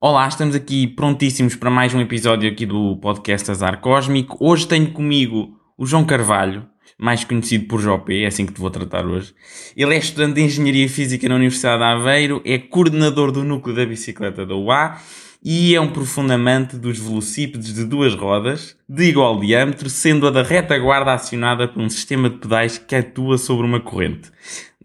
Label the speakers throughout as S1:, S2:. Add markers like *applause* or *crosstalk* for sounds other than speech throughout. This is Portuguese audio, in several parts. S1: Olá, estamos aqui prontíssimos para mais um episódio aqui do podcast Azar Cósmico. Hoje tenho comigo o João Carvalho, mais conhecido por JP, é assim que te vou tratar hoje. Ele é estudante de Engenharia Física na Universidade de Aveiro, é coordenador do núcleo da bicicleta da UA e é um profundo amante dos velocípedes de duas rodas, de igual diâmetro, sendo a da retaguarda acionada por um sistema de pedais que atua sobre uma corrente.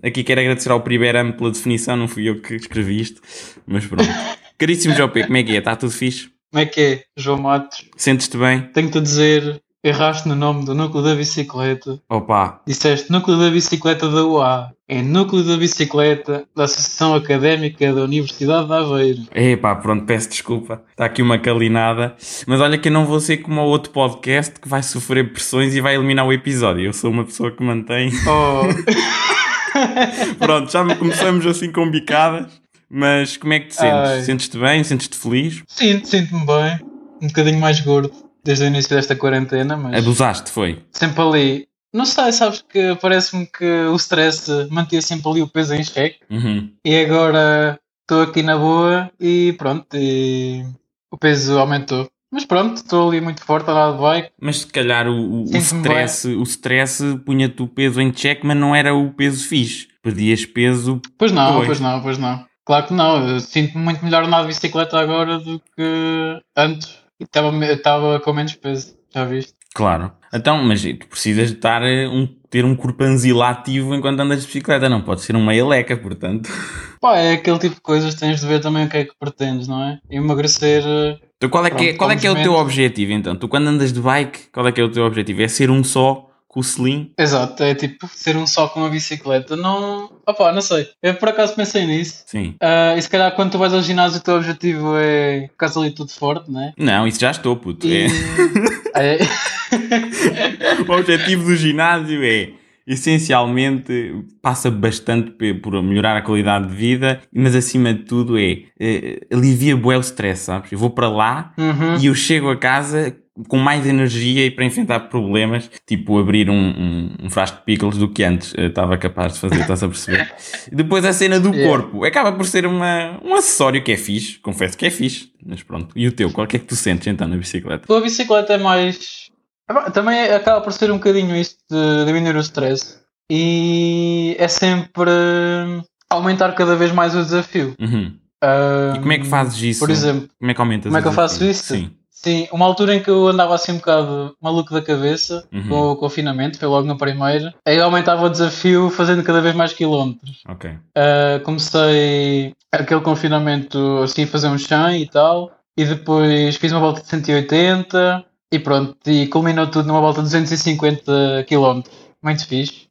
S1: Aqui quero agradecer ao Primeirame pela definição, não fui eu que escrevi isto, mas pronto. Caríssimo JP, como é que é? Está tudo fixe?
S2: Como é que é, João Matos?
S1: Sentes-te bem?
S2: Tenho-te a dizer, erraste no nome do núcleo da bicicleta.
S1: Opa,
S2: Disseste núcleo da bicicleta da UA. É núcleo da bicicleta da Associação Académica da Universidade de Aveiro.
S1: Epá, pronto, peço desculpa. Está aqui uma calinada. Mas olha que eu não vou ser como o outro podcast que vai sofrer pressões e vai eliminar o episódio. Eu sou uma pessoa que mantém. *laughs*
S2: Oh,
S1: pronto, já começamos assim com bicadas. Mas como é que te
S2: Ai.
S1: sentes? Sentes-te bem? Sentes-te feliz?
S2: sinto, sinto-me bem. Um bocadinho mais gordo desde o início desta
S1: É
S2: quarentena, mas
S1: Abusaste, foi?
S2: sempre ali. Não sei, sabes que parece-me que o stress mantinha sempre ali o peso em xeque.
S1: Uhum.
S2: E agora estou aqui na boa e pronto, e o peso aumentou. Mas pronto, estou ali muito forte, a andar de bike.
S1: Mas se calhar o, o, o
S2: Sinto-me
S1: stress, o stress punha-te o peso em check, mas não era o peso fixe. Perdias peso.
S2: Pois não,
S1: Pois.
S2: pois, não, pois não. Claro que não, eu sinto-me muito melhor na bicicleta agora do que antes. E Estava me- estava com menos peso, já viste?
S1: Claro. Então, mas tu precisas de estar eh, um, ter um corpanzil ativo enquanto andas de bicicleta. Não pode ser uma eleca, portanto.
S2: Pá, é aquele tipo de coisas que tens de ver também o que é que pretendes, não é? Emagrecer. eh,
S1: Então, qual é, que é,
S2: Pronto,
S1: qual é que é o teu
S2: felizmente.
S1: objetivo então? Tu quando andas de bike, qual é que é o teu objetivo? É ser um só com o selim?
S2: Exato, é tipo ser um só com uma bicicleta. Não. Opá, não sei. Eu por acaso pensei nisso.
S1: Sim.
S2: Ah, e se calhar quando tu vais ao ginásio o teu objetivo é ficar ali tudo forte, não é?
S1: Não, isso já estou, puto.
S2: E...
S1: É.
S2: É.
S1: *laughs*
S2: *laughs*
S1: O objetivo do ginásio é, essencialmente, passa bastante pe- por melhorar a qualidade de vida, mas acima de tudo é, eh, alivia bué o stress, sabes? Eu vou para lá
S2: Uhum.
S1: e eu chego a casa com mais energia e para enfrentar problemas, tipo abrir um, um- um frasco de pickles do que antes eh, estava capaz de fazer, estás a
S2: *laughs*
S1: perceber? Depois a cena do
S2: Yeah.
S1: corpo, acaba por ser uma, um acessório que é fixe, confesso que é fixe, mas pronto. E o teu, qual que é que tu sentes então na bicicleta?
S2: Pela bicicleta é mais. Ah, pá, Também é- acaba por ser um bocadinho isto de diminuir o stress. E é sempre hum, aumentar cada vez mais o desafio.
S1: Uhum.
S2: Ah,
S1: E como é que fazes isso?
S2: Por exemplo,
S1: como é que aumentas
S2: como é que
S1: o
S2: eu faço
S1: desafio?
S2: isso?
S1: Sim.
S2: sim, uma altura em que eu andava assim um bocado maluco da cabeça
S1: Uhum.
S2: com o confinamento, foi logo na primeira, aí eu aumentava o desafio fazendo cada vez mais quilómetros.
S1: Ok.
S2: Ah, comecei aquele confinamento assim, a fazer um chão e tal, e depois fiz uma volta de 180 e pronto, e culminou tudo numa volta de 250 km. Muito fixe.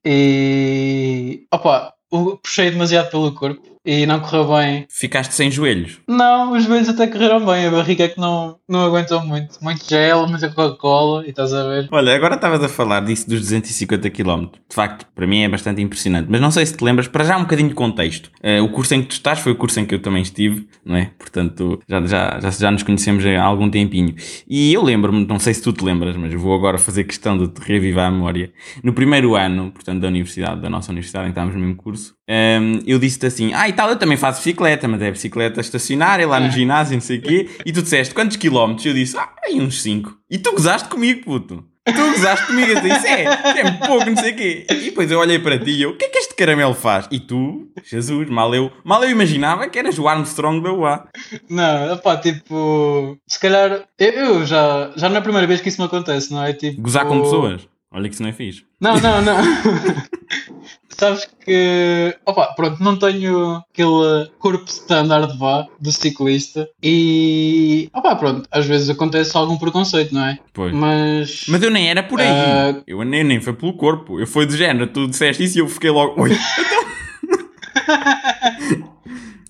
S2: E opa, o- puxei demasiado pelo corpo e não correu bem.
S1: Ficaste sem joelhos?
S2: Não, os joelhos até correram bem, a barriga é que não, não aguentou muito. Muito gel, muita Coca-Cola, e estás a ver?
S1: Olha, agora estavas a falar disso dos 250 km. De facto, para mim é bastante impressionante. Mas não sei se te lembras, para já um bocadinho de contexto. Eh, o curso em que tu estás foi o curso em que eu também estive, não é? Portanto, já, já, já, já nos conhecemos há algum tempinho. E eu lembro-me, não sei se tu te lembras, mas eu vou agora fazer questão de te reavivar a memória. No primeiro ano, portanto, da universidade, da nossa universidade, em que estávamos no mesmo curso, ehm, eu disse-te assim, ah e tal, eu também faço bicicleta, mas é bicicleta estacionária, lá no ginásio, não sei o quê. E tu disseste, quantos quilómetros? Eu disse, ah, aí uns 5. E tu gozaste comigo, puto. Tu gozaste comigo, eu disse, é, é muito pouco, não sei o quê. E depois eu olhei para ti e eu, o que é que este caramelo faz? E tu, Jesus, mal eu, mal eu imaginava que eras o Armstrong da UA.
S2: Não, opá, tipo, se calhar, eu, eu já, já não é a primeira vez que isso me acontece, não é? Tipo,
S1: Gozar com pessoas. Olha que isso não é fixe.
S2: Não, não, não. *laughs* Sabes que. Opa, pronto, não tenho aquele corpo standard vá do ciclista e. Opa, pronto, às vezes acontece algum preconceito, não é?
S1: Pois.
S2: Mas.
S1: Mas eu nem era por aí.
S2: Ah.
S1: Eu nem, nem foi pelo corpo. Eu fui de género. Tu disseste isso e eu fiquei logo.
S2: *laughs*
S1: Oi. então."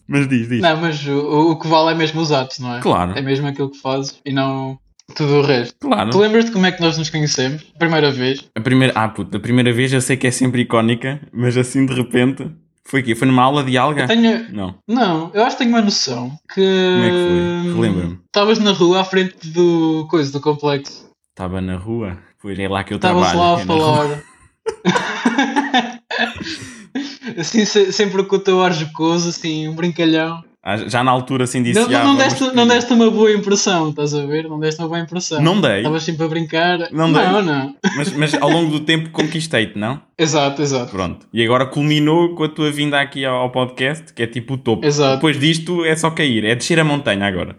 S1: Mas diz, diz.
S2: Não, mas o, o que vale é mesmo os atos, não é?
S1: Claro,
S2: É mesmo aquilo que fazes e não tudo o resto.
S1: claro.
S2: Tu lembras-te como é que nós nos conhecemos? Primeira vez?
S1: A primeira, ah, puto, a primeira vez eu sei que é sempre icónica, mas assim de repente. Foi aqui, foi numa aula de alga?
S2: Tenho.
S1: Não.
S2: Não, eu acho que tenho uma noção que.
S1: É.
S2: ehm,
S1: Como é que foi?
S2: Hum.
S1: Relembra-me.
S2: Estavas na rua à frente do. coisa, do complexo.
S1: Estava na rua. Pois é lá que eu
S2: Estavas
S1: trabalho.
S2: lá
S1: é
S2: a
S1: na rua. *laughs*
S2: falar. assim, se- sempre com o teu ar jocoso, assim, um brincalhão.
S1: Ah, Já na altura assim disse.
S2: Não,
S1: "Ah,
S2: não,
S1: vamos
S2: deste,
S1: que-"
S2: não deste uma boa impressão, estás a ver? Não deste uma boa impressão.
S1: Não dei,
S2: Estavas sempre a brincar.
S1: Não dei.
S2: não, não.
S1: mas, mas ao longo do tempo conquistei-te, não?
S2: Exato, exato.
S1: Pronto. E agora culminou com a tua vinda aqui ao, ao podcast, que é tipo o topo.
S2: Exato.
S1: Depois disto é só cair, é descer a montanha agora.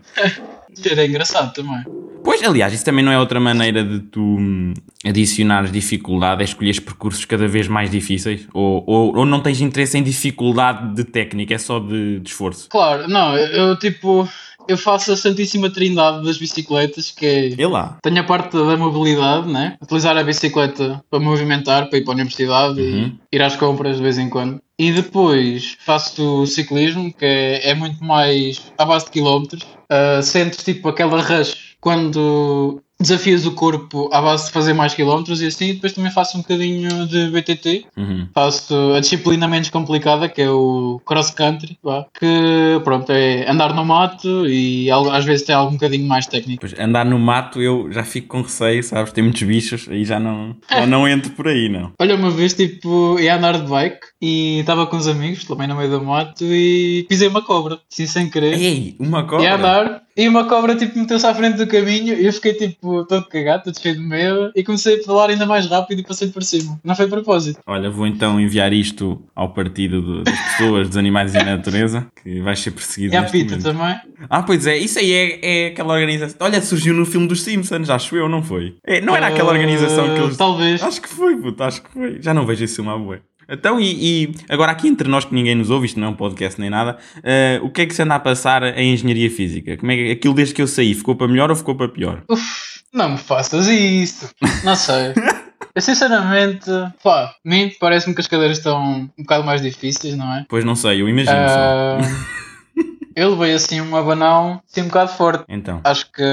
S2: Era engraçado também.
S1: Pois, aliás, isso também não é outra maneira de tu hum, adicionares dificuldade, é escolheres percursos cada vez mais difíceis. Ou, ou, ou não tens interesse em dificuldade de técnica, é só de, de esforço.
S2: Claro, não, eu eu, tipo. Eu faço a Santíssima Trindade das bicicletas, que é.
S1: E lá.
S2: Tenho a parte da mobilidade, né? Utilizar a bicicleta para movimentar, para ir para a universidade
S1: Uhum.
S2: e ir às compras de vez em quando. E depois faço ciclismo, que é, é muito mais à base de quilómetros. Ah, sentes tipo aquela rush quando desafias o corpo à base de fazer mais quilómetros e assim. E depois também faço um bocadinho de BTT,
S1: Uhum.
S2: faço a disciplina menos complicada, que é o cross country, vá, que pronto, é andar no mato e al- às vezes tem algo um bocadinho mais técnico.
S1: Pois, andar no mato eu já fico com receio, sabes? Tem muitos bichos, aí já não, já não entro por aí, não.
S2: Olha, uma vez, tipo, ia andar de bike e estava com uns amigos, também no meio do mato, e pisei uma cobra, assim, sem querer.
S1: Ei, uma cobra.
S2: Ia andar e uma cobra, tipo, meteu-se à frente do caminho e eu fiquei, tipo, todo cagado, todo cheio de medo e comecei a falar ainda mais rápido e passei por cima. Não foi de propósito.
S1: Olha, vou então enviar isto ao partido do- das pessoas, dos animais e da natureza, que vais ser perseguido.
S2: E É a então.
S1: neste
S2: pita
S1: momento.
S2: também.
S1: Ah, pois é, isso aí é, é aquela organização. Olha, surgiu no filme dos Simpsons, acho eu, não foi? É, não era aquela
S2: Ah,
S1: organização que eles.
S2: Talvez.
S1: Acho que foi, puto, acho que foi. Já não vejo esse filme há bué. Então, e, e agora aqui entre nós que ninguém nos ouve, isto não é um podcast nem nada, eh, o que é que se anda a passar em engenharia física? Como é que aquilo desde que eu saí ficou para melhor ou ficou para pior?
S2: Uf, não me faças isso. Não sei. Eu, sinceramente, pá, a mim parece-me que as cadeiras estão um bocado mais difíceis, não é?
S1: Pois não sei, eu imagino só.
S2: Ah, eu levei assim um abanão assim, um bocado forte.
S1: Então,
S2: Acho que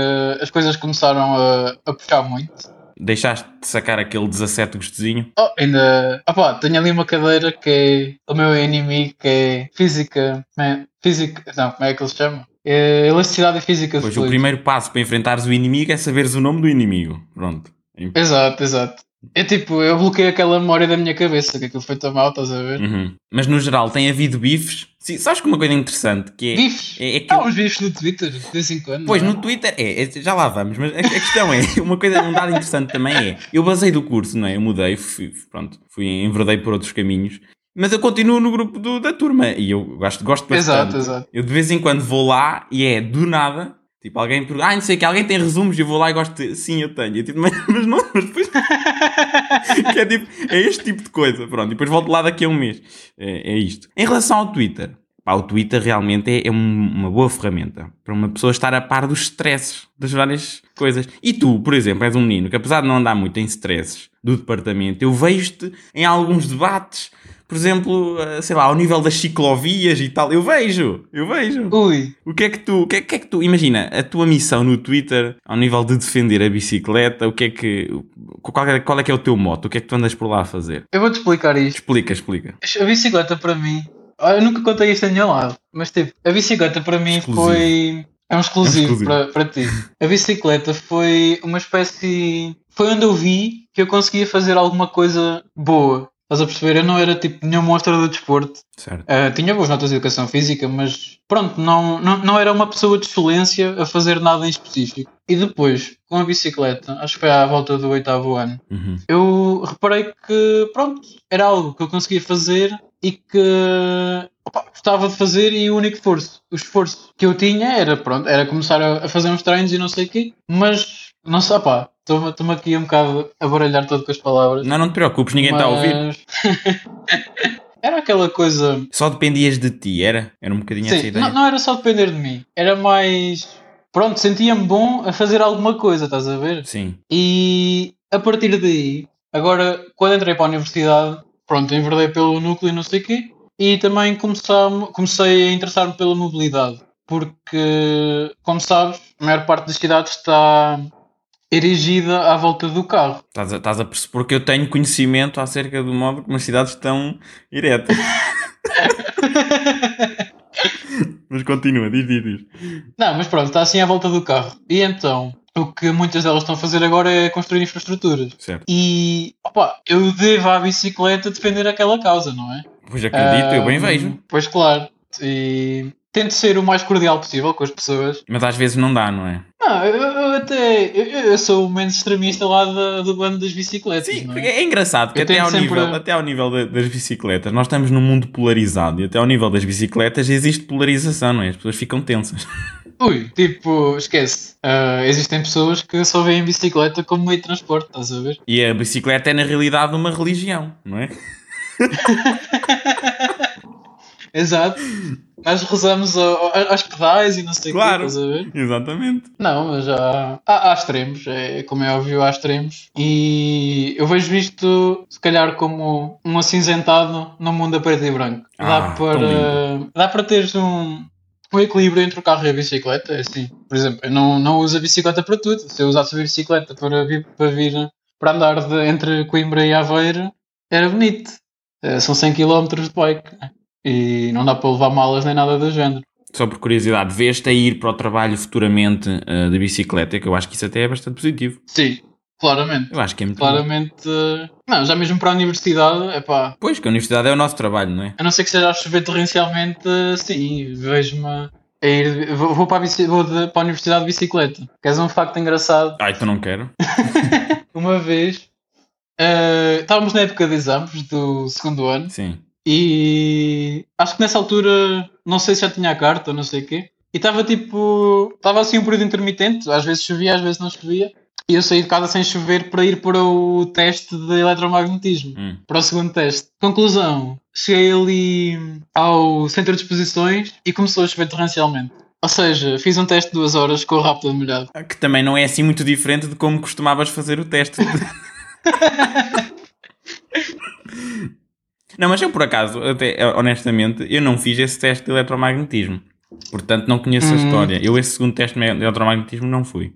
S2: as coisas começaram a, a puxar muito.
S1: deixaste de sacar aquele 17 gostosinho?
S2: Oh, ainda. Ah pá, tenho ali uma cadeira que é o meu inimigo, que é física. como é- Física. Não, como é que ele se chama? É, elasticidade e física de
S1: Pois o
S2: fluidos.
S1: primeiro passo para enfrentares o inimigo é saberes o nome do inimigo. Pronto.
S2: Exato, exato. É tipo, eu bloqueei aquela memória da minha cabeça, que aquilo foi tão mal, estás a ver?
S1: Uhum. Mas no geral tem havido bifes. Sim, sabes que uma coisa interessante que
S2: Bifes!
S1: é, é, é que.
S2: Há uns bifes no Twitter, de vez em quando.
S1: Pois
S2: não é?
S1: no Twitter, é, é, já lá vamos, mas a, a questão é, *laughs* uma coisa, um dado interessante também é, eu basei do curso, não é? Eu mudei, fui, pronto, fui, enverdei por outros caminhos, mas eu continuo no grupo do- da turma e eu gosto, gosto bastante.
S2: Exato, exato.
S1: Eu de vez em quando vou lá e é do nada. Tipo, alguém pergunta, ah, não sei o que, alguém tem resumos e eu vou lá e gosto de, sim, eu tenho. E eu tipo, *laughs* mas, mas não, mas depois. *laughs* que é tipo, é este tipo de coisa, pronto. E depois volto lá daqui a um mês. É, é isto. Em relação ao Twitter, pá, o Twitter realmente é, é um- uma boa ferramenta para uma pessoa estar a par dos stresses, das várias coisas. E tu, por exemplo, és um menino que apesar de não andar muito em stresses do departamento, eu vejo-te em alguns debates. Por exemplo, eh, sei lá, ao nível das ciclovias e tal, eu vejo, eu vejo.
S2: Ui,
S1: O que é que tu, o que é, o que é que tu, imagina, a tua missão no Twitter, ao nível de defender a bicicleta, o que é que, qual é, qual é que é o teu moto, o que é que tu andas por lá a fazer?
S2: eu vou-te explicar isto.
S1: Explica, explica.
S2: A bicicleta para mim. Eu nunca contei isto a nenhum lado, mas tipo, a bicicleta para mim
S1: Exclusivo.
S2: foi. É um exclusivo,
S1: É um exclusivo.
S2: Para, para ti. A bicicleta foi uma espécie. Foi onde eu vi que eu conseguia fazer alguma coisa boa. Estás a perceber? Eu não era tipo nenhum monstro do desporto.
S1: Certo.
S2: Ah, tinha boas notas de educação física, mas pronto, não, não, não era uma pessoa de excelência a fazer nada em específico. E depois, com a bicicleta, acho que foi à volta do oitavo ano,
S1: Uhum.
S2: eu reparei que, pronto, era algo que eu conseguia fazer e que opa, gostava de fazer e o único esforço, o esforço que eu tinha era, pronto, era começar a, a fazer uns treinos e não sei o quê, mas não sei, pá, estou-me aqui um bocado a baralhar todo com as palavras.
S1: Não, não te preocupes, ninguém está a ouvir.
S2: mas- *laughs* era aquela coisa...
S1: Só dependias de ti, era? Era um bocadinho essa
S2: Sim,
S1: ideia.
S2: não, não era só depender de mim, era mais... Pronto, sentia-me bom a fazer alguma coisa, estás a ver?
S1: Sim.
S2: E a partir daí, agora, quando entrei para a universidade, pronto, enverdei pelo núcleo e não sei o quê, e também começam- comecei a interessar-me pela mobilidade, porque, como sabes, a maior parte das cidades está erigida à volta do carro.
S1: Estás a, estás a pressupor que eu tenho conhecimento acerca do modo como as cidades estão
S2: *laughs*
S1: diretas. mas continua, diz, diz, diz.
S2: Não, mas pronto, está assim à volta do carro. E então, o que muitas delas estão a fazer agora é construir infraestruturas.
S1: Certo.
S2: E, opa, eu devo à bicicleta defender aquela causa, não é?
S1: Pois acredito, eu bem
S2: Ahm,
S1: vejo.
S2: Pois claro. E tento ser o mais cordial possível com as pessoas.
S1: Mas às vezes não dá, não é?
S2: Não, eu, eu até. Eu, eu sou o menos extremista lá da- do bando das bicicletas.
S1: Sim,
S2: não
S1: porque
S2: é?
S1: é engraçado que
S2: Eu
S1: até
S2: tenho
S1: ao,
S2: sempre-
S1: nível, até ao nível da- das bicicletas, nós estamos num mundo polarizado e até ao nível das bicicletas existe polarização, não é? As pessoas ficam tensas.
S2: Ui, tipo, esquece. Ah, existem pessoas que só veem bicicleta como meio de transporte, estás a ver?
S1: E a bicicleta é na realidade uma religião, não é? *laughs* *laughs*
S2: Exato. Nós rezamos ao- ao- aos pedais e não sei o
S1: Claro.
S2: quê, estás a ver?
S1: Exatamente.
S2: Não, mas há, há, há extremos, é, como é óbvio, há extremos. E eu vejo isto, se calhar, como um acinzentado no mundo a preto e branco.
S1: Ah,
S2: Dá,
S1: tão
S2: para, dá para teres um, um equilíbrio entre o carro e a bicicleta. é Assim, por exemplo, eu não, não uso a bicicleta para tudo. Se eu usasse a bicicleta para vir para, vir, para andar de- entre Coimbra e Aveiro, era bonito. Eh, São 100 km de bike. né? E não dá para levar malas nem nada do género.
S1: Só por curiosidade, vês-te a ir para o trabalho futuramente ah, de bicicleta, que eu acho que isso até é bastante positivo.
S2: Sim, claramente.
S1: Eu acho que é muito bom.
S2: Claramente, eh, não, já mesmo para a universidade, é pá,
S1: Pois, que a universidade é o nosso trabalho, não é?
S2: a não ser que seja a chover torrencialmente, eh, sim, vejo-me a ir, vou, vou para, a, bici- vou de- para a universidade de bicicleta. Queres um facto engraçado?
S1: Ai, tu não quero.
S2: Uma vez, eh, estávamos na época de exames do segundo ano
S1: Sim.
S2: e acho que nessa altura, não sei se já tinha a carta ou não sei o quê, e estava tipo, estava assim um período intermitente, às vezes chovia, às vezes não chovia, e eu saí de casa sem chover para ir para o teste de eletromagnetismo.
S1: Hum.
S2: para o segundo teste. Conclusão: cheguei ali ao centro de exposições e começou a chover torrencialmente. Ou seja, fiz um teste de duas horas com o rápido de molhado.
S1: Que também não é assim muito diferente de como costumavas fazer o teste. não, mas eu por acaso, até, eh, honestamente, eu não fiz esse teste de eletromagnetismo. Portanto, não conheço a
S2: Hum.
S1: história. Eu esse segundo teste de eletromagnetismo não fui.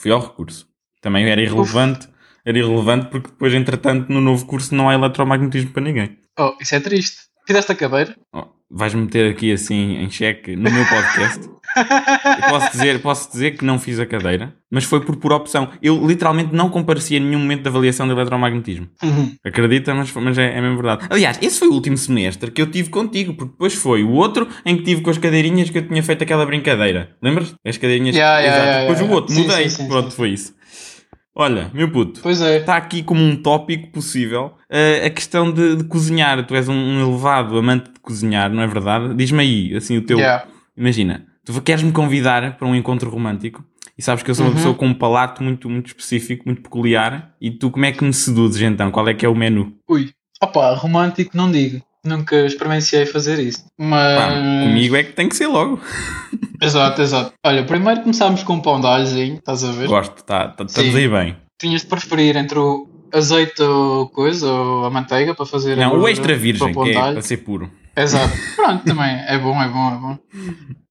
S1: Fui ao recurso. Também era irrelevante. Era irrelevante porque depois, entretanto, no novo curso não há eletromagnetismo para ninguém.
S2: Oh, isso é triste. Fizeste a cadeira?
S1: Oh, vais meter aqui assim em xeque no meu podcast. Eu posso dizer, posso dizer que não fiz a cadeira, mas foi por pura opção. Eu literalmente não comparecia em nenhum momento da avaliação de eletromagnetismo.
S2: Uhum.
S1: Acredita, mas, mas é, é mesmo verdade. Aliás, esse foi o último semestre que eu tive contigo, porque depois foi o outro em que tive com as cadeirinhas que eu tinha feito aquela brincadeira. Lembras? As cadeirinhas.
S2: Yeah, yeah, yeah,
S1: depois
S2: yeah.
S1: o outro,
S2: Sim,
S1: mudei.
S2: sim, sim,
S1: Pronto, foi isso. Olha, meu puto,
S2: Pois é.
S1: está aqui como um tópico possível eh, a questão de, de cozinhar. Tu és um, um elevado amante de cozinhar, não é verdade? Diz-me aí, assim, o teu,
S2: Yeah.
S1: Imagina, tu queres me convidar para um encontro romântico e sabes que eu sou uma
S2: Uhum.
S1: pessoa com um palato muito, muito específico, muito peculiar. E tu, como é que me seduzes então? Qual é que é o menu?
S2: Ui. Opa, romântico não digo. Nunca experienciei fazer isso. Mas.
S1: Pá, comigo é que tem que ser logo.
S2: Exato, exato. Olha, primeiro começámos com um pão de alhozinho, estás a ver?
S1: Gosto, tá, tá- estamos
S2: Sim.
S1: aí bem.
S2: Tinhas de preferir entre o azeite ou coisa, ou a manteiga para fazer. a
S1: Não, o
S2: gordura
S1: extra virgem,
S2: para o pão
S1: que é
S2: de alho.
S1: para ser puro. *laughs*
S2: Exato. Pronto, também. É bom, é bom, é bom.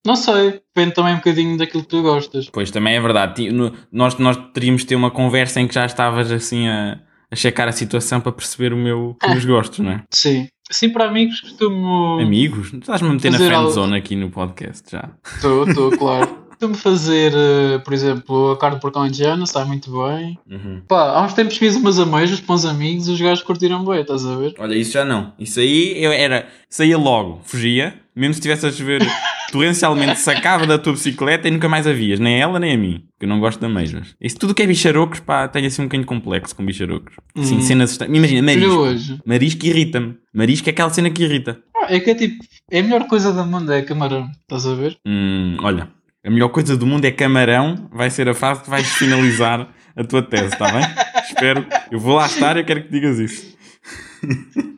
S2: Não sei. Depende também um bocadinho daquilo que tu gostas.
S1: Pois também é verdade. Ti- no- Nós, nós teríamos de ter uma conversa em que já estavas assim a, a checar a situação para perceber o meu, os
S2: *laughs*
S1: meus gostos, não é?
S2: Sim. Assim, para amigos, costumo.
S1: Amigos, estás-me a meter na
S2: Uhum. Fazer
S1: friendzone
S2: algo.
S1: zone aqui no podcast já.
S2: Estou, estou, claro. *laughs* Costumo fazer, eh, por exemplo, a carne de porcão indiana, sai muito bem.
S1: Uhum.
S2: Pá, há uns tempos fiz umas ameijas para uns amigos e os gajos curtiram bem, estás a ver?
S1: Olha, isso já não. Isso aí eu era. Saía logo, fugia, mesmo se estivesse a
S2: *laughs*
S1: chover torrencialmente, sacava da tua bicicleta e nunca mais a vias, nem a ela nem a mim, que eu não gosto da mesmas. Isso tudo que é bicharocos, pá, tenho assim um bocadinho complexo com bicharocos. Assim,
S2: Hum.
S1: cenas. estra- Imagina,
S2: Olha
S1: marisco.
S2: hoje.
S1: Marisco irrita-me. Marisco é aquela cena que irrita.
S2: Ah, é que é tipo. É a melhor coisa do mundo, é camarão, estás a ver?
S1: Hum, olha, a melhor coisa do mundo é camarão, vai ser a fase que vais finalizar a tua tese, está bem? Espero. Eu vou lá estar, eu quero que digas isso.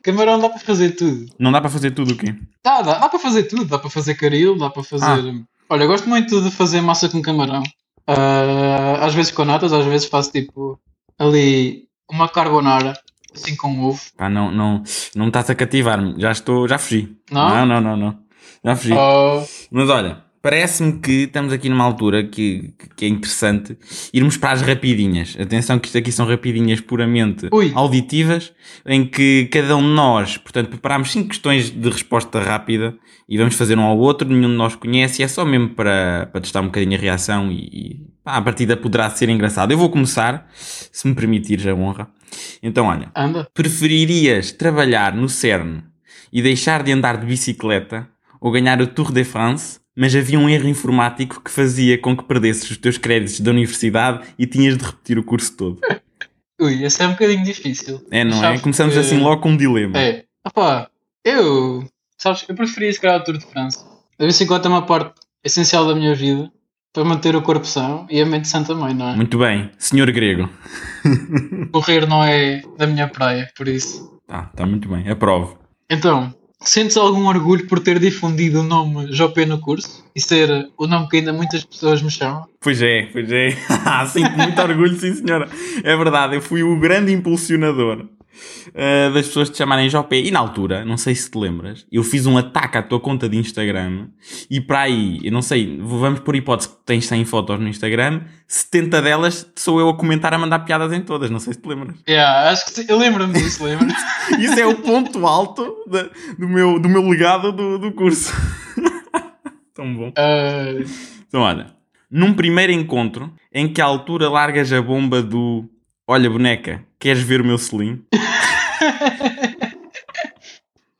S2: Camarão dá para fazer tudo.
S1: Não dá para fazer tudo o quê?
S2: Dá, dá, dá para fazer tudo, dá para fazer caril, dá para fazer. Olha, eu gosto muito de fazer massa com camarão. Ah, às vezes com natas, às vezes faço tipo ali uma carbonara, assim com ovo.
S1: Pá, não, não, não me estás a cativar-me. Já estou, já fugi.
S2: Não?
S1: Não, não, não, Ah, não. Já fugi.
S2: Oh,
S1: Mas olha, parece-me que estamos aqui numa altura que, que- que é interessante irmos para as rapidinhas. Atenção que isto aqui são rapidinhas puramente
S2: Ui.
S1: auditivas, em que cada um de nós, portanto, preparámos cinco questões de resposta rápida e vamos fazer um ao outro, nenhum de nós conhece, e é só mesmo para, para testar um bocadinho a reação e, e pá, a partida poderá ser engraçada. Eu vou começar, se me permitires a honra. Então, olha,
S2: anda.
S1: Preferirias trabalhar no CERN e deixar de andar de bicicleta ou ganhar o Tour de France mas havia um erro informático que fazia com que perdesses os teus créditos da universidade e tinhas de repetir o curso todo.
S2: Ui, esse é um bocadinho difícil.
S1: É, não é?
S2: Sabes
S1: Começamos
S2: que-
S1: assim logo com um dilema.
S2: É. Opa, eu. Sabes, eu preferia se calhar o Tour de França. A vez em quando é uma parte essencial da minha vida para manter o corpo são e a mente sã também, não é?
S1: Muito bem, senhor grego.
S2: Correr não é da minha praia, por isso.
S1: Tá, tá muito bem, aprovo.
S2: Então, sentes algum orgulho por ter difundido o nome Jopé no curso e ser o nome que ainda muitas pessoas me chamam?
S1: Pois é, pois é. *laughs* Sinto muito orgulho, sim senhora. É verdade, eu fui o grande impulsionador ah, das pessoas te chamarem Jopé. E na altura, não sei se te lembras, eu fiz um ataque à tua conta de Instagram e para aí, eu não sei, vamos por hipótese que tens 100 fotos no Instagram, 70 delas sou eu a comentar, a mandar piadas em todas, não sei se te lembras. *laughs*
S2: Yeah, acho que sim. Eu lembro-me disso, lembro
S1: Isso é o ponto alto da- do, meu, do meu legado do, do curso. *laughs* Tão bom.
S2: Ah,
S1: Então, olha, num primeiro encontro em que a altura largas a bomba do Olha, boneca, queres ver o meu selim?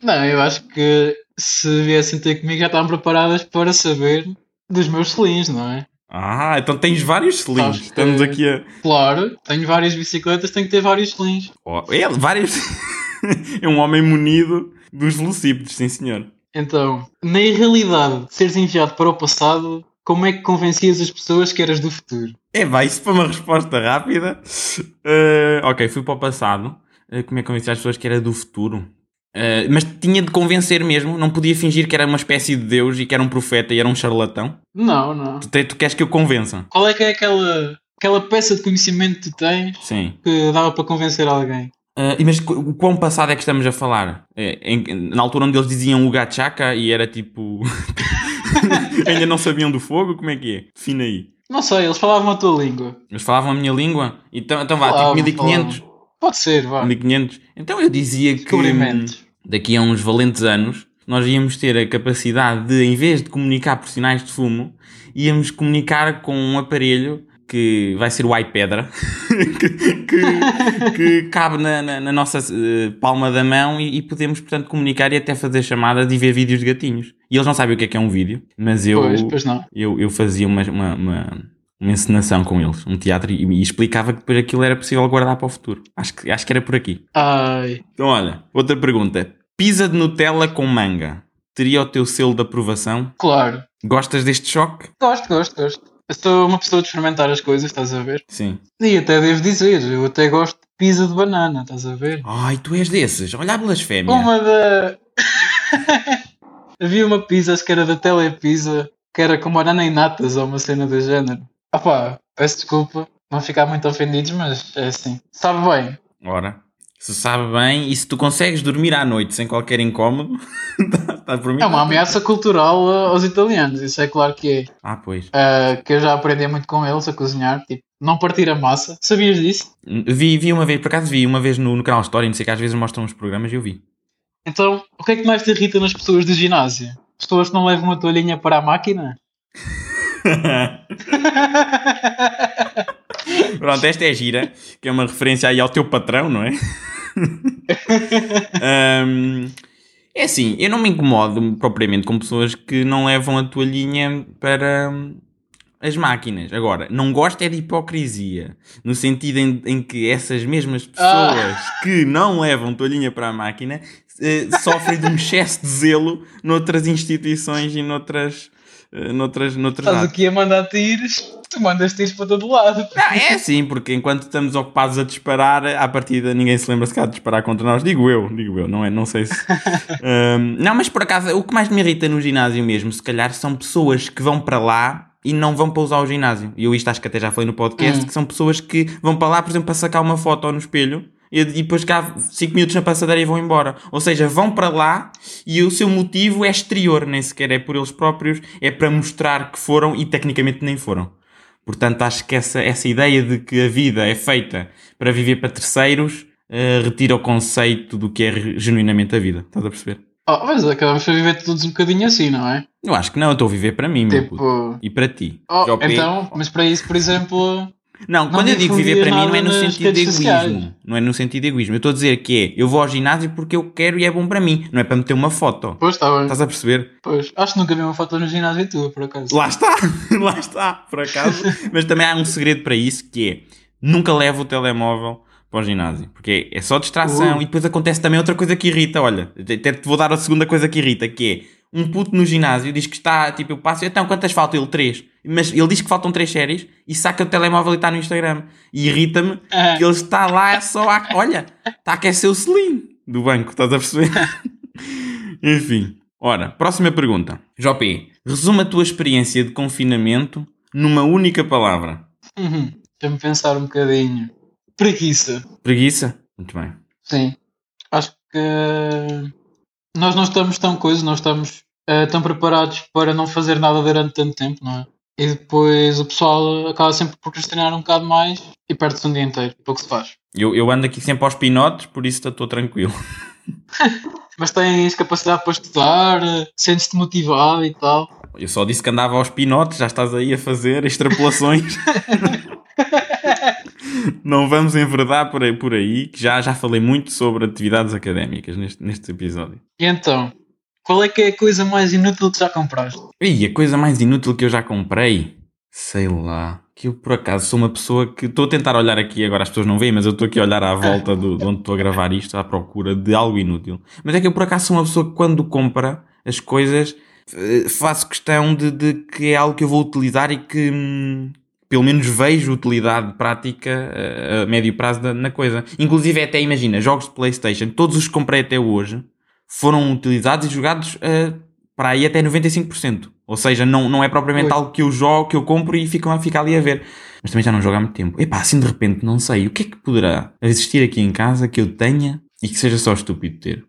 S2: Não, eu acho que se viessem ter comigo já estavam preparadas para saber dos meus selins, não é?
S1: Ah, então tens vários selins.
S2: Sabes que-
S1: Estamos aqui a.
S2: Claro, tenho várias bicicletas, tenho que ter vários selins.
S1: Oh, é, vários. *laughs* é um homem munido dos velocípedes, sim senhor.
S2: Então, na irrealidade de seres enviado para o passado, como é que convencias as pessoas que eras do futuro?
S1: É, vai, isso para uma resposta rápida. Eh, ok, fui para o passado. Eh, como é que convenci as pessoas que era do futuro? Eh, mas tinha de convencer mesmo, não podia fingir que era uma espécie de Deus e que era um profeta e era um charlatão.
S2: Não, não.
S1: Tu, te- tu queres que eu convença?
S2: Qual é que é aquela, aquela peça de conhecimento que tu tens
S1: Sim.
S2: que dava para convencer alguém?
S1: Ah, e mas qu- o quão passado é que estamos a falar? É, em- na altura onde eles diziam o gachaca e era tipo. *laughs* Ainda não sabiam do fogo? Como é que é? Defina aí.
S2: Não sei, eles falavam a tua língua.
S1: Eles falavam a minha língua? Então, então vá,
S2: Falavam,
S1: tipo 1500.
S2: Pode ser, vá.
S1: 1500. Então eu dizia que hum,
S2: Descobrimentos.
S1: daqui a uns valentes anos nós íamos ter a capacidade de, em vez de comunicar por sinais de fumo, íamos comunicar com um aparelho que vai ser o iPedra, *laughs* que, que, que cabe na, na- na nossa eh, palma da mão e, e podemos, portanto, comunicar e até fazer chamadas e ver vídeos de gatinhos. E eles não sabem o que é que é um vídeo, mas eu,
S2: Pois, pois não.
S1: eu, eu fazia uma, uma, uma, uma encenação com eles, um teatro, e, e explicava que depois aquilo era possível guardar para o futuro. Acho que, acho que era por aqui.
S2: Ai.
S1: Então, olha, outra pergunta. Pisa de Nutella com manga. Teria o teu selo de aprovação?
S2: Claro.
S1: Gostas deste choque?
S2: Gosto, gosto, gosto. Eu sou uma pessoa de experimentar as coisas, estás a ver?
S1: Sim.
S2: E até devo dizer, eu até gosto de pizza de banana, estás a ver?
S1: Ai, tu és desses. Olha a blasfémia.
S2: Uma da. *laughs* Havia uma pizza, acho que era da Telepizza, que era com banana e natas ou uma cena do género. Opá, peço desculpa, vão ficar muito ofendidos, mas é assim. Sabe bem,
S1: Ora, se sabe bem e se tu consegues dormir à noite sem qualquer incómodo, *laughs* está tá por mim.
S2: é uma ameaça cultural uh, aos italianos, isso é claro que é.
S1: Ah, pois.
S2: Uh, que eu já aprendi muito com eles a cozinhar, tipo, não partir a massa. Sabias disso?
S1: Vi, vi uma vez, por acaso vi uma vez no, no canal Story, não sei que às vezes mostram os programas e eu vi.
S2: Então, o que é que mais te irrita nas pessoas do ginásio? Pessoas que não levam a toalhinha para a máquina? *laughs*
S1: Pronto, esta é gira, que é uma referência aí ao teu patrão, não é? Ahm, é assim, eu não me incomodo propriamente com pessoas que não levam a toalhinha para hum, as máquinas. Agora, não gosto é de hipocrisia, no sentido em, em que essas mesmas pessoas que não levam toalhinha para a máquina eh, sofrem de um excesso de zelo noutras instituições e noutras... eh, Noutras, noutras
S2: Estás
S1: áreas.
S2: aqui a mandar tiros, tu mandas tiros para todo lado.
S1: Não, é assim, porque enquanto estamos ocupados a disparar, à partida ninguém se lembra se cá de disparar contra nós. Digo eu, digo eu, não é? Não sei se. Ahm, não, mas por acaso, o que mais me irrita no ginásio mesmo, se calhar, são pessoas que vão para lá e não vão para usar o ginásio. E eu isto acho que até já falei no podcast,
S2: Hum.
S1: que são pessoas que vão para lá, por exemplo, para sacar uma foto no espelho. E e depois cá 5 minutos na passadeira e vão embora. Ou seja, vão para lá e o seu motivo é exterior, nem sequer é por eles próprios, é para mostrar que foram e tecnicamente nem foram. Portanto, acho que essa, essa ideia de que a vida é feita para viver para terceiros eh, retira o conceito do que é re- genuinamente a vida. Estás a perceber?
S2: Oh, mas acabamos por viver todos um bocadinho assim, não é?
S1: Eu acho que não, eu estou a viver para mim, meu puto.
S2: Tipo.
S1: E para ti.
S2: Oh,
S1: Jopé,
S2: então, mas para isso, por exemplo,
S1: Não, quando eu digo
S2: difundia
S1: viver para mim, não
S2: nada
S1: é no
S2: nas
S1: sentido de
S2: redes
S1: egoísmo.
S2: sociais.
S1: Não é no sentido de egoísmo. Eu estou a dizer que é, eu vou ao ginásio porque eu quero e é bom para mim. Não é para meter uma foto.
S2: Pois está bem.
S1: Estás a perceber?
S2: Pois. Acho que nunca vi uma foto no ginásio tua, por acaso.
S1: Lá está, *laughs* lá está, por acaso. Mas também há um segredo para isso que é nunca leva o telemóvel para o ginásio, porque é só distração
S2: Uh.
S1: e depois acontece também outra coisa que irrita, olha, até te vou dar a segunda coisa que irrita, que é um puto no ginásio diz que está, tipo, eu passo, então quantas faltam? Ele três. Mas ele diz que faltam três séries e saca o telemóvel e está no Instagram. E irrita-me
S2: É.
S1: que ele está lá é só a, olha, está a aquecer o selim do banco, estás a perceber? Enfim. Ora, próxima pergunta. Jopé, resume a tua experiência de confinamento numa única palavra.
S2: Uhum. Deixa-me pensar um bocadinho. Preguiça.
S1: Preguiça? Muito bem.
S2: Sim. Acho que nós não estamos tão coisa, não estamos eh, tão preparados para não fazer nada durante tanto tempo, não é? E depois o pessoal acaba sempre por procrastinar um bocado mais e perde-se um dia inteiro, pouco se faz.
S1: Eu, eu ando aqui sempre aos pinotes, por isso estou tranquilo.
S2: Mas tens capacidade para estudar, eh, sentes-te motivado e tal.
S1: Eu só disse que andava aos pinotes, já estás aí a fazer extrapolações. *laughs* Não vamos enverdar por aí, por aí, que já, já falei muito sobre atividades académicas neste, neste episódio.
S2: E então, qual é que é a coisa mais inútil que já compraste?
S1: E a coisa mais inútil que eu já comprei, sei lá, que eu por acaso sou uma pessoa que estou a tentar olhar aqui agora, as pessoas não veem, mas eu estou aqui a olhar à volta do, de onde estou a gravar isto à procura de algo inútil. Mas é que eu por acaso sou uma pessoa que quando compra as coisas eh, faço questão de, de que é algo que eu vou utilizar e que hum, pelo menos vejo utilidade prática eh, a médio prazo da- na coisa. Inclusive até imagina, jogos de Playstation, todos os que comprei até hoje foram utilizados e jogados eh, para aí até 95%. Ou seja, não, não é propriamente
S2: Ui.
S1: algo que eu jogo, que eu compro e fico, fico ali a ver. Mas também já não jogo há muito tempo. Epá, assim de repente não sei. O que é que poderá existir aqui em casa que eu tenha e que seja só estúpido ter?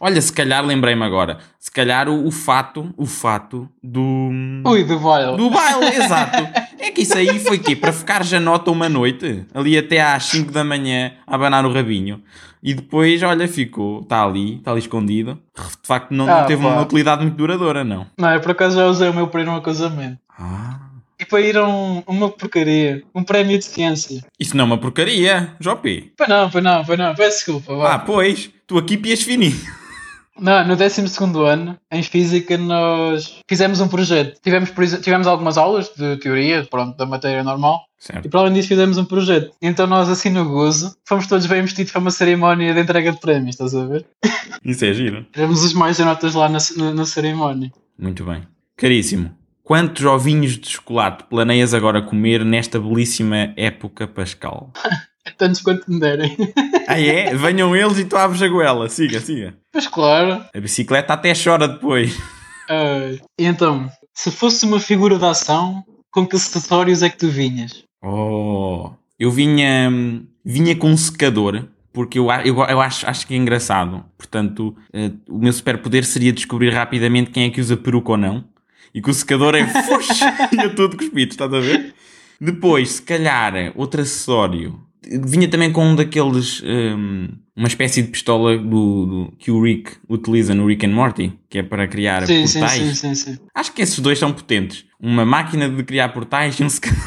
S1: Olha, se calhar lembrei-me agora. Se calhar o, o fato, o fato do...
S2: Ui, do baile.
S1: Do baile, *laughs* exato. É que isso aí foi quê? Para ficar janota uma noite? Ali até às 5 da manhã a abanar o rabinho. E depois, olha, ficou. Está ali, está ali escondido. De facto, não, não
S2: Ah,
S1: teve
S2: pá.
S1: uma utilidade muito duradoura, não.
S2: Não, eu por acaso já usei o meu para ir a um casamento.
S1: Ah.
S2: E para ir a um- uma porcaria, um prémio de ciência.
S1: Isso não é uma porcaria, Jopé.
S2: Pois não, pois não, pois não, peço desculpa. vá.
S1: Ah, pois. Tu aqui pias fininho.
S2: Não, no 12 ano, em física, nós fizemos um projeto. Tivemos, por exe- tivemos algumas aulas de teoria, pronto, da matéria normal, e
S1: Certo.
S2: para além disso fizemos um projeto. Então nós, assim no gozo, fomos todos bem vestidos para uma cerimónia de entrega de prémios, estás a ver?
S1: Isso é giro.
S2: Éramos os mais anotas lá na, ce- na, na cerimónia.
S1: Muito bem. Caríssimo. Quantos ovinhos de chocolate planeias agora comer nesta belíssima época pascal?
S2: Tantos É quanto me derem.
S1: Ah é? Venham eles e tu abres a goela. Siga, siga.
S2: Mas claro.
S1: A bicicleta até chora depois.
S2: ai. E então, se fosse uma figura de ação, com que acessórios é que tu vinhas?
S1: Oh, eu vinha, vinha com um secador, porque eu, a- eu, eu acho, acho que é engraçado. Portanto, eh, o meu superpoder seria descobrir rapidamente quem é que usa peruca ou não. E que o secador é fuxo *laughs* e eu todo cuspido, estás a ver? Depois, se calhar, outro acessório. Vinha também com um daqueles. hum, uma espécie de pistola do, do- que o Rick utiliza no Rick and Morty, que é para criar
S2: sim, sim,
S1: portais.
S2: sim, sim, sim.
S1: Acho que esses dois são potentes. Uma máquina de criar portais *laughs* e um secador.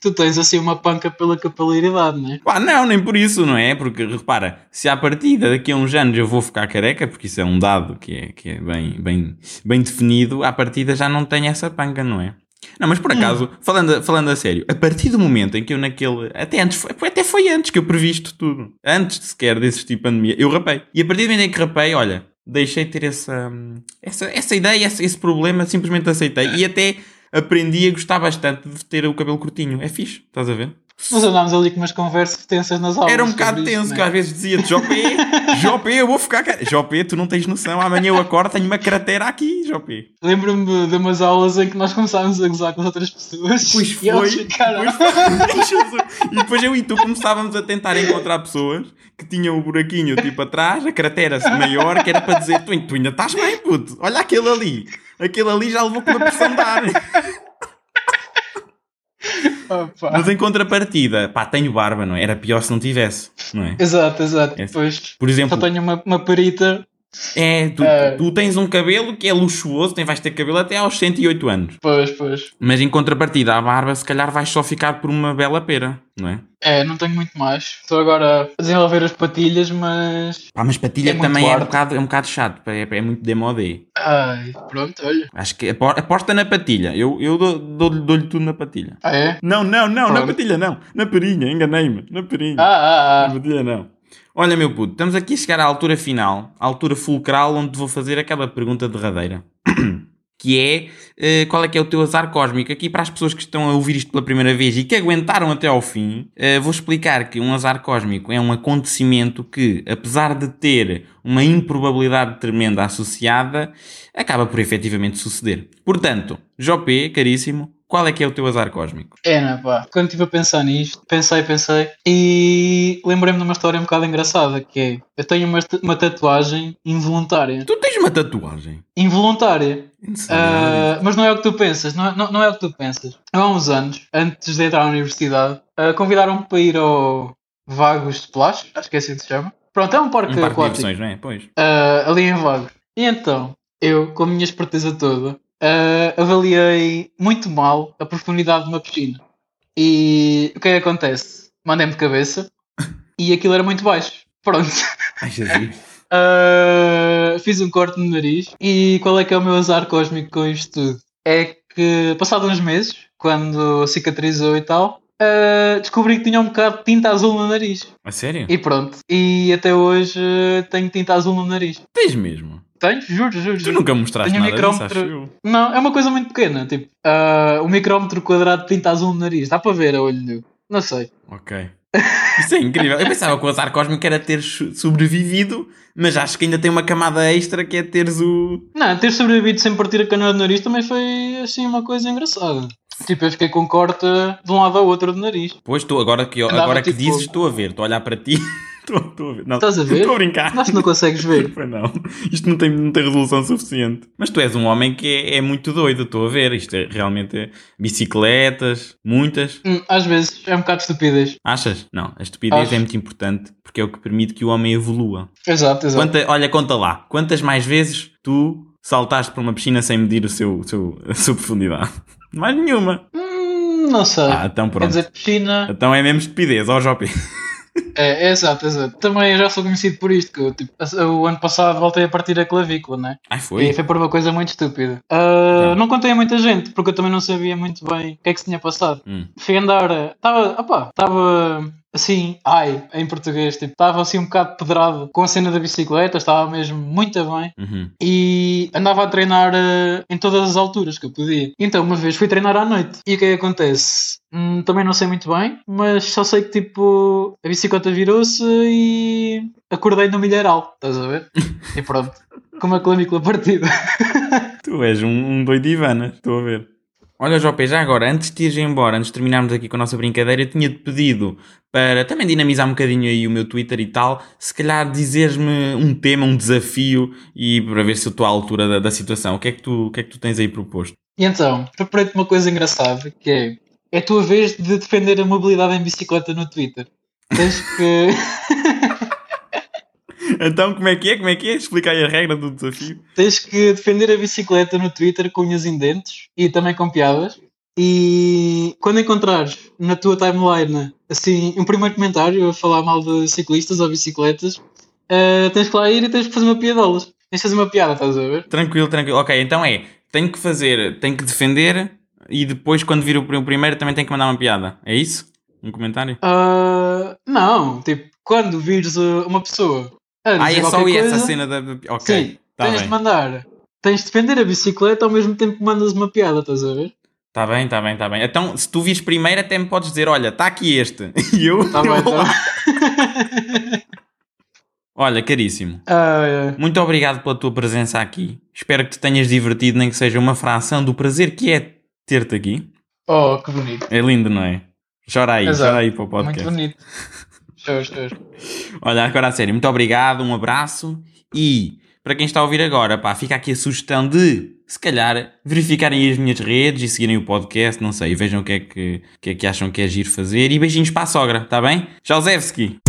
S2: Tu tens assim uma panca pela capilaridade, não é?
S1: Pá, não, nem por isso, não é? Porque repara, se à partida daqui a uns anos eu vou ficar careca, porque isso é um dado que é, que é bem, bem, bem definido, à partida já não tenho essa panca, não é? Não, mas por acaso, falando, a- falando a sério, a partir do momento em que eu naquele. Até antes, foi- até foi antes que eu previsto tudo. Antes de sequer de existir pandemia, eu rapei. E a partir do momento em que rapei, olha, deixei de ter essa, essa, essa ideia, esse, esse problema, simplesmente aceitei. E até aprendi a gostar bastante de ter o cabelo curtinho. É fixe, estás a ver?
S2: Nós andámos ali com umas conversas tensas nas aulas.
S1: Era um bocado
S2: sobre isso,
S1: tenso,
S2: né?
S1: que às vezes dizia-te, Jopé, Jopé, eu vou ficar... ca- Jopé, tu não tens noção, amanhã eu acordo, tenho uma cratera aqui, Jopé.
S2: Lembro-me de, de umas aulas em que nós começámos a gozar com as outras pessoas.
S1: Pois
S2: E elas
S1: foi.
S2: ficaram.
S1: Pois foi. *laughs* e depois eu e tu começávamos a tentar encontrar pessoas que tinham o buraquinho tipo atrás, a cratera maior, que era para dizer, tu, tu ainda estás bem, puto, olha aquele ali. Aquele ali já levou com uma pressão de ar.
S2: Opa.
S1: Mas em contrapartida, pá, tenho barba, não é? Era pior se não tivesse, não é?
S2: Exato, exato.
S1: É.
S2: Depois
S1: Por exemplo,
S2: só tenho uma, uma perita
S1: É, tu,
S2: É.
S1: tu tens um cabelo que é luxuoso, tem, vais ter cabelo até aos 108 anos.
S2: Pois, pois.
S1: Mas em contrapartida, a barba, se calhar, vais só ficar por uma bela pera, não é?
S2: É, não tenho muito mais. Estou agora a desenvolver as patilhas, mas.
S1: Pá, mas patilha
S2: É muito
S1: também é um,
S2: arte.
S1: bocado, é um bocado chato, é, é muito demodé.
S2: Ai, pronto, olha.
S1: Acho que apo- aposta na patilha. Eu, eu dou- dou-lhe dou-lhe tudo na patilha.
S2: Ah, é?
S1: Não, não, não, na
S2: Pronto.
S1: patilha não. Na perinha, enganei-me. Na perinha.
S2: Ah, ah,
S1: Na patilha não. Olha, meu puto, estamos aqui a chegar à altura final, à altura fulcral, onde te vou fazer aquela pergunta derradeira. *clears throat* Que é eh, qual é que é o teu azar cósmico? Aqui para as pessoas que estão a ouvir isto pela primeira vez e que aguentaram até ao fim, eh, vou explicar que um azar cósmico é um acontecimento que, apesar de ter uma improbabilidade tremenda associada, acaba por efetivamente suceder. Portanto, Jopé, caríssimo, qual é que é o teu azar cósmico?
S2: ah. É, não, pá. Quando estive a pensar nisto, pensei, pensei. E lembrei-me de uma história um bocado engraçada, que é... Eu tenho uma, esta- uma tatuagem involuntária.
S1: Tu tens uma tatuagem?
S2: Involuntária.
S1: Não sei nada disso.
S2: Ah, mas não é o que tu pensas, não é, não, não é o que tu pensas. Há uns anos, antes de entrar na universidade, ah, convidaram-me para ir ao Vagos de Plástico, acho que é assim que se chama. Pronto, é um parque
S1: um parque de
S2: aquático
S1: diversões, não é? Pois.
S2: ah, ali em Vagos. E então, eu, com a minha esperteza toda, ah, avaliei muito mal a profundidade de uma piscina. E o que é que acontece? Mandei-me de cabeça *laughs* e aquilo era muito baixo. Pronto. *laughs*
S1: Ai, Jesus.
S2: Uh, fiz um corte no nariz. E qual é que é o meu azar cósmico com isto tudo? É que, passado uns meses, quando cicatrizou e tal, uh, descobri que tinha um bocado de tinta azul no nariz.
S1: A sério?
S2: E pronto. E até hoje uh, tenho tinta azul no nariz.
S1: Tens mesmo?
S2: Tenho? Juro, juro,
S1: Tu
S2: juro.
S1: nunca mostraste
S2: Tenho um
S1: nada disso, acho
S2: micrómetro.
S1: eu.
S2: Não, é uma coisa muito pequena. Tipo, uh, um micrómetro quadrado de tinta azul no nariz. Dá para ver a olho nu. Não sei.
S1: Ok. Isso é incrível. Eu pensava que o azar cósmico era ter su- sobrevivido, mas acho que ainda tem uma camada extra que é teres o...
S2: Não, ter sobrevivido sem partir a canoa do nariz também foi assim uma coisa engraçada. Tipo, eu fiquei com corte de um lado ao outro do nariz.
S1: Pois estou, agora que, eu-
S2: Andava
S1: agora que
S2: tipo-
S1: dizes, estou a ver, estou a olhar para ti. *laughs* Estou, estou a ver. Não,
S2: Estás a ver?
S1: Estou a brincar.
S2: Mas não consegues ver.
S1: Pois não, isto não tem, não tem resolução suficiente. Mas tu és um homem que é, é muito doido, estou a ver. Isto é realmente é bicicletas, muitas.
S2: Hum, Às vezes é um bocado estupidez.
S1: Achas? Não, a estupidez
S2: Acho.
S1: é muito importante porque é o que permite que o homem evolua.
S2: Exato, exato.
S1: Quanta- olha, conta lá. Quantas mais vezes tu saltaste para uma piscina sem medir o seu, o seu- a sua profundidade? *laughs* Mais nenhuma.
S2: Hum, não sei.
S1: Ah, então
S2: Quer
S1: pronto.
S2: dizer, piscina.
S1: Então é mesmo estupidez, ó Jopi.
S2: É, é, exato, exato. Também eu já sou conhecido por isto, que eu, tipo, a- o ano passado voltei a partir a clavícula, né?
S1: *laughs* Ai, foi.
S2: E foi por uma coisa muito estúpida. Ah,
S1: Então.
S2: Não contei a muita gente, porque eu também não sabia muito bem o que é que se tinha passado.
S1: Hum.
S2: Fui andar, estava, opá, estava assim, ai, em português, tipo, estava assim um bocado pedrado com a cena da bicicleta, estava mesmo muito bem.
S1: Uhum.
S2: e andava a treinar eh, em todas as alturas que eu podia. Então, uma vez fui treinar à noite. E o que é que acontece? Hum, também não sei muito bem, mas só sei que tipo a bicicleta virou-se e acordei no milharal, estás a ver? E pronto, com uma clavícula partida.
S1: Tu és um, um doido Ivana, estou a ver. Olha, Jopi, já agora, antes de ires embora, antes de terminarmos aqui com a nossa brincadeira, eu tinha-te pedido para também dinamizar um bocadinho aí o meu Twitter e tal, se calhar dizeres-me um tema, um desafio e para ver se eu estou à altura da, da situação. O que, é que tu, o que é que tu tens aí proposto?
S2: E então, preparei-te uma coisa engraçada que é: é a tua vez de defender a mobilidade em bicicleta no Twitter. Tens que. *laughs*
S1: Então, como é que é? Como é que é? Explica aí a regra do desafio.
S2: Tens que defender a bicicleta no Twitter com unhas em dentes e também com piadas. E quando encontrares na tua timeline assim um primeiro comentário a falar mal de ciclistas ou bicicletas, eh, tens que lá ir e tens que fazer uma piadolas. Tens de fazer uma piada, estás a ver?
S1: Tranquilo, tranquilo. Ok, então é. Tenho que fazer, tenho que defender e depois, quando vir o, pr- o primeiro, também tenho que mandar uma piada. É isso? Um comentário?
S2: Ah, não, tipo, quando vires eh, uma pessoa a
S1: Ah,
S2: dizer
S1: é só
S2: qualquer
S1: essa a
S2: coisa,
S1: cena da. da-
S2: Sim,
S1: Ok, está
S2: tens de
S1: Tá bem.
S2: mandar. Tens de defender a bicicleta ao mesmo tempo que mandas uma piada, estás a ver?
S1: Está Tá bem, está bem, está bem. Então, se tu vires primeiro, até me podes dizer: olha, está aqui este. *laughs* E eu.
S2: Tá bem,
S1: eu vou
S2: tá
S1: lá. *laughs*
S2: bem.
S1: Olha, caríssimo.
S2: Ah, é.
S1: Muito obrigado pela tua presença aqui. Espero que te tenhas divertido, nem que seja uma fração do prazer que é ter-te aqui.
S2: Oh, que bonito.
S1: É lindo, não é? Chora aí,
S2: Exato.
S1: chora aí para o podcast.
S2: Muito bonito. Shows, shows.
S1: Olha, agora a sério, muito obrigado, um abraço e para quem está a ouvir agora, pá, fica aqui a sugestão de, se calhar, verificarem as minhas redes e seguirem o tá podcast, não sei, vejam o que é que, o que, é que acham que é giro fazer e beijinhos para a sogra, está bem? Josevski!